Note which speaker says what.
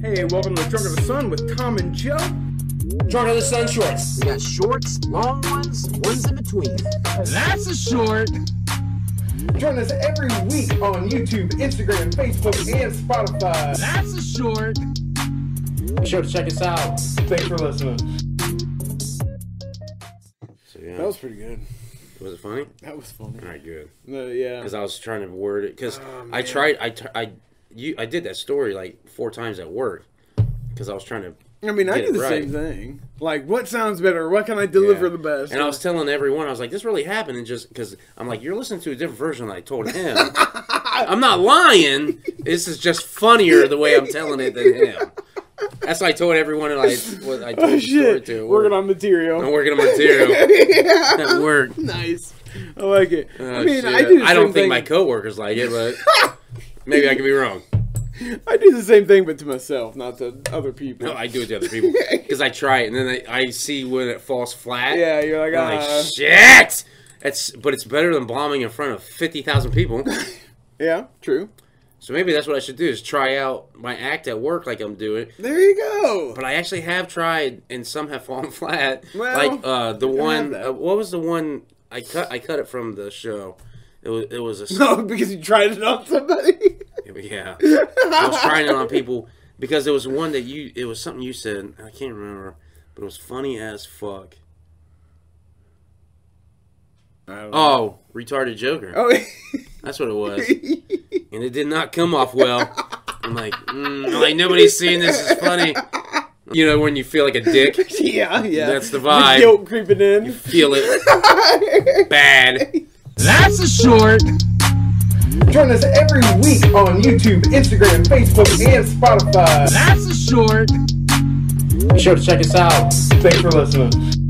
Speaker 1: Hey, welcome to Drunk of the Sun with Tom and Joe.
Speaker 2: Drunk of the Sun shorts.
Speaker 3: We got shorts, long ones, ones in between.
Speaker 4: That's a short.
Speaker 1: Join us every week on YouTube, Instagram, Facebook, and Spotify.
Speaker 4: That's a short.
Speaker 2: Be sure to check us out.
Speaker 1: Thanks for listening.
Speaker 5: So yeah,
Speaker 6: That was pretty good.
Speaker 5: was it funny?
Speaker 6: That was funny.
Speaker 5: All right, good.
Speaker 6: No, yeah. Oh,
Speaker 5: Because I was trying to word it. Because I tried. I tr- I you I did that story like four times at work. Because I was trying to.
Speaker 6: I mean, I
Speaker 5: Get
Speaker 6: do
Speaker 5: it
Speaker 6: the
Speaker 5: right.
Speaker 6: same thing. Like, what sounds better? What can I deliver
Speaker 5: Yeah.
Speaker 6: the best? Oh,
Speaker 5: And I was telling everyone, I was like, this really happened. And just because I'm like, you're listening to a different version than I told him. I'm not lying. This is just funnier the way I'm telling it than him. That's what I told everyone that I, what I told
Speaker 6: oh
Speaker 5: the story
Speaker 6: shit,
Speaker 5: to. at
Speaker 6: working
Speaker 5: work.
Speaker 6: on material.
Speaker 5: I'm working on material
Speaker 6: yeah.
Speaker 5: at work.
Speaker 6: Nice. I like it.
Speaker 5: Oh,
Speaker 6: I mean,
Speaker 5: shit.
Speaker 6: I do. The
Speaker 5: I
Speaker 6: same
Speaker 5: don't
Speaker 6: thing.
Speaker 5: think my coworkers like it, but maybe I could be wrong.
Speaker 6: I do the same thing, but to myself, not to other people.
Speaker 5: No, I do it to other people because I try it, and then I, I see when it falls flat.
Speaker 6: yeah, you're like,
Speaker 5: and I'm
Speaker 6: ah,
Speaker 5: like shit. That's but it's better than bombing in front of fifty thousand people.
Speaker 6: yeah, true.
Speaker 5: so maybe that's what I should do is try out my act at work like I'm doing.
Speaker 6: There you go.
Speaker 5: But I actually have tried, and some have fallen flat.
Speaker 6: Well,
Speaker 5: like uh, the
Speaker 6: can have
Speaker 5: one,
Speaker 6: that.
Speaker 5: uh, what was the one I cut? I cut it from the show. It was it was a
Speaker 6: No, because you tried it on somebody.
Speaker 5: Yeah, I was trying it on people because there was one that you. It was something you said. and I can't remember, but it was funny as fuck. Oh, retarded Joker.
Speaker 6: oh,
Speaker 5: That's what it was, and it did not come off well. I'm like, mm, like nobody's seeing this is funny. You know when you feel like a dick,
Speaker 6: yeah, yeah.
Speaker 5: That's the
Speaker 6: The
Speaker 5: vibe.
Speaker 6: guilt creeping in.
Speaker 5: feel it bad.
Speaker 4: That's a short.
Speaker 1: Join us every week on YouTube, Instagram, Facebook, and Spotify.
Speaker 4: That's a short.
Speaker 2: Be sure to check us out.
Speaker 1: Thanks for listening.